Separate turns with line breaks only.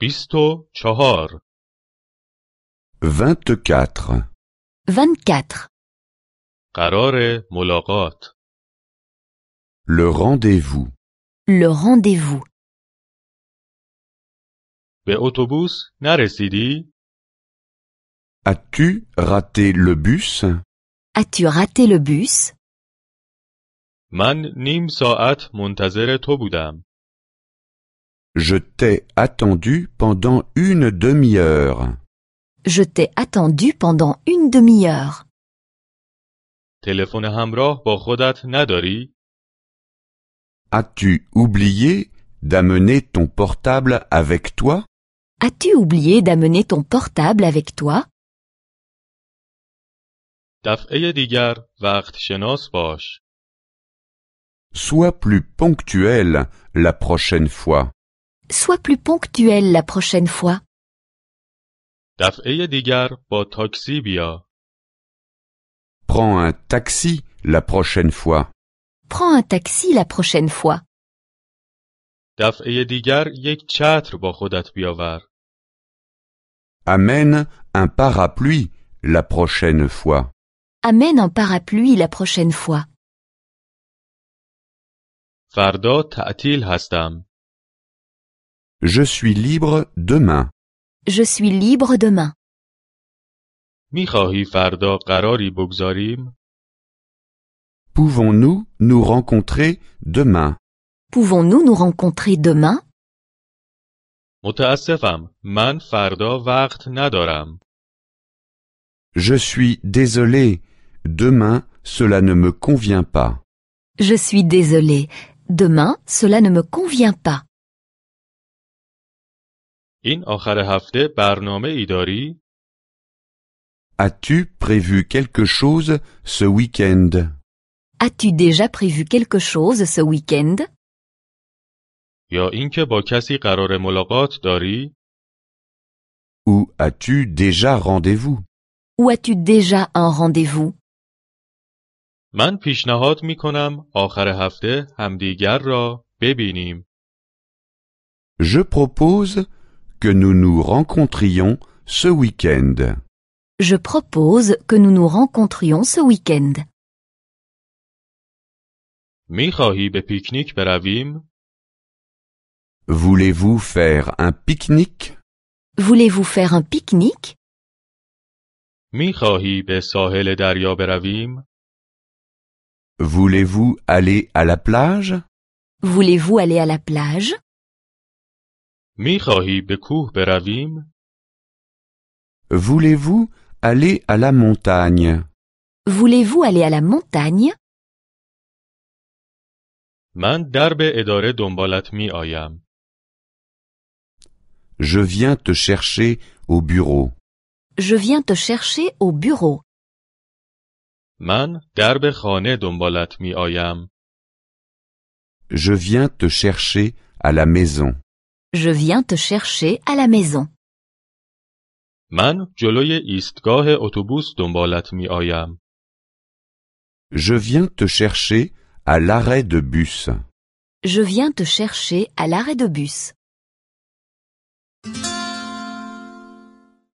بیست و چهار
24.
24.
قرار ملاقات
Le rendez-vous.
Le rendez-vous.
به اتوبوس نرسیدی؟
As-tu raté le bus
As-tu raté le bus
من نیم ساعت منتظر تو بودم
Je t'ai attendu pendant une demi-heure.
Je t'ai attendu pendant une demi-heure.
تلفن همراه با خودت نداری؟
As-tu oublié d'amener ton portable avec toi
As-tu oublié d'amener ton portable avec toi
دفعه دیگر وقت شناس باش
Sois plus ponctuel la prochaine fois.
Sois plus ponctuel la prochaine fois.
دفعه دیگر با تاکسی بیا
Prends un taxi la prochaine fois.
Prends un taxi la prochaine fois.
دفعه دیگر یک چتر با خودت بیاور
Amène un parapluie la prochaine fois.
Amène un parapluie la prochaine fois.
فردا تعطیل هستم
Je suis libre demain.
Je suis libre demain.
میخواهی فردا قراری بگذاریم؟
Pouvons-nous nous rencontrer demain
Pouvons-nous nous rencontrer demain
متاسفم من فردا وقت ندارم
Je suis désolé. Demain, cela ne me convient pas.
Je suis désolé. Demain, cela ne me convient pas.
این آخر هفته برنامه ای داری؟
As-tu prévu quelque chose ce week-end
As-tu déjà prévu quelque chose ce week-end
یا اینکه با کسی قرار ملاقات داری؟
Ou as-tu déjà rendez-vous
Ou as-tu déjà un rendez-vous
من پیشنهاد می کنم آخر هفته همدیگر را ببینیم.
Je propose que nous nous rencontrions ce week-end.
Je propose que nous nous rencontrions ce week-end.
می خواهی به پیکنیک برویم؟
Voulez-vous faire un pique-nique
Voulez-vous faire un pique-nique
می خواهی به ساحل دریا برویم؟
Voulez-vous aller à la plage
Voulez-vous aller à la plage
می خواهی به کوه برویم؟
Voulez-vous aller à la montagne
Voulez-vous aller à la montagne
من درب اداره دنبالت می آیم.
Je viens te chercher au bureau.
Je viens te chercher au bureau.
من درب خانه دنبالت می آیم.
Je viens te chercher à la maison.
Je viens te chercher à la maison.
من جلوی ایستگاه اتوبوس دنبالت می آیم.
Je viens te chercher à l'arrêt de bus.
Je viens te chercher à l'arrêt de bus.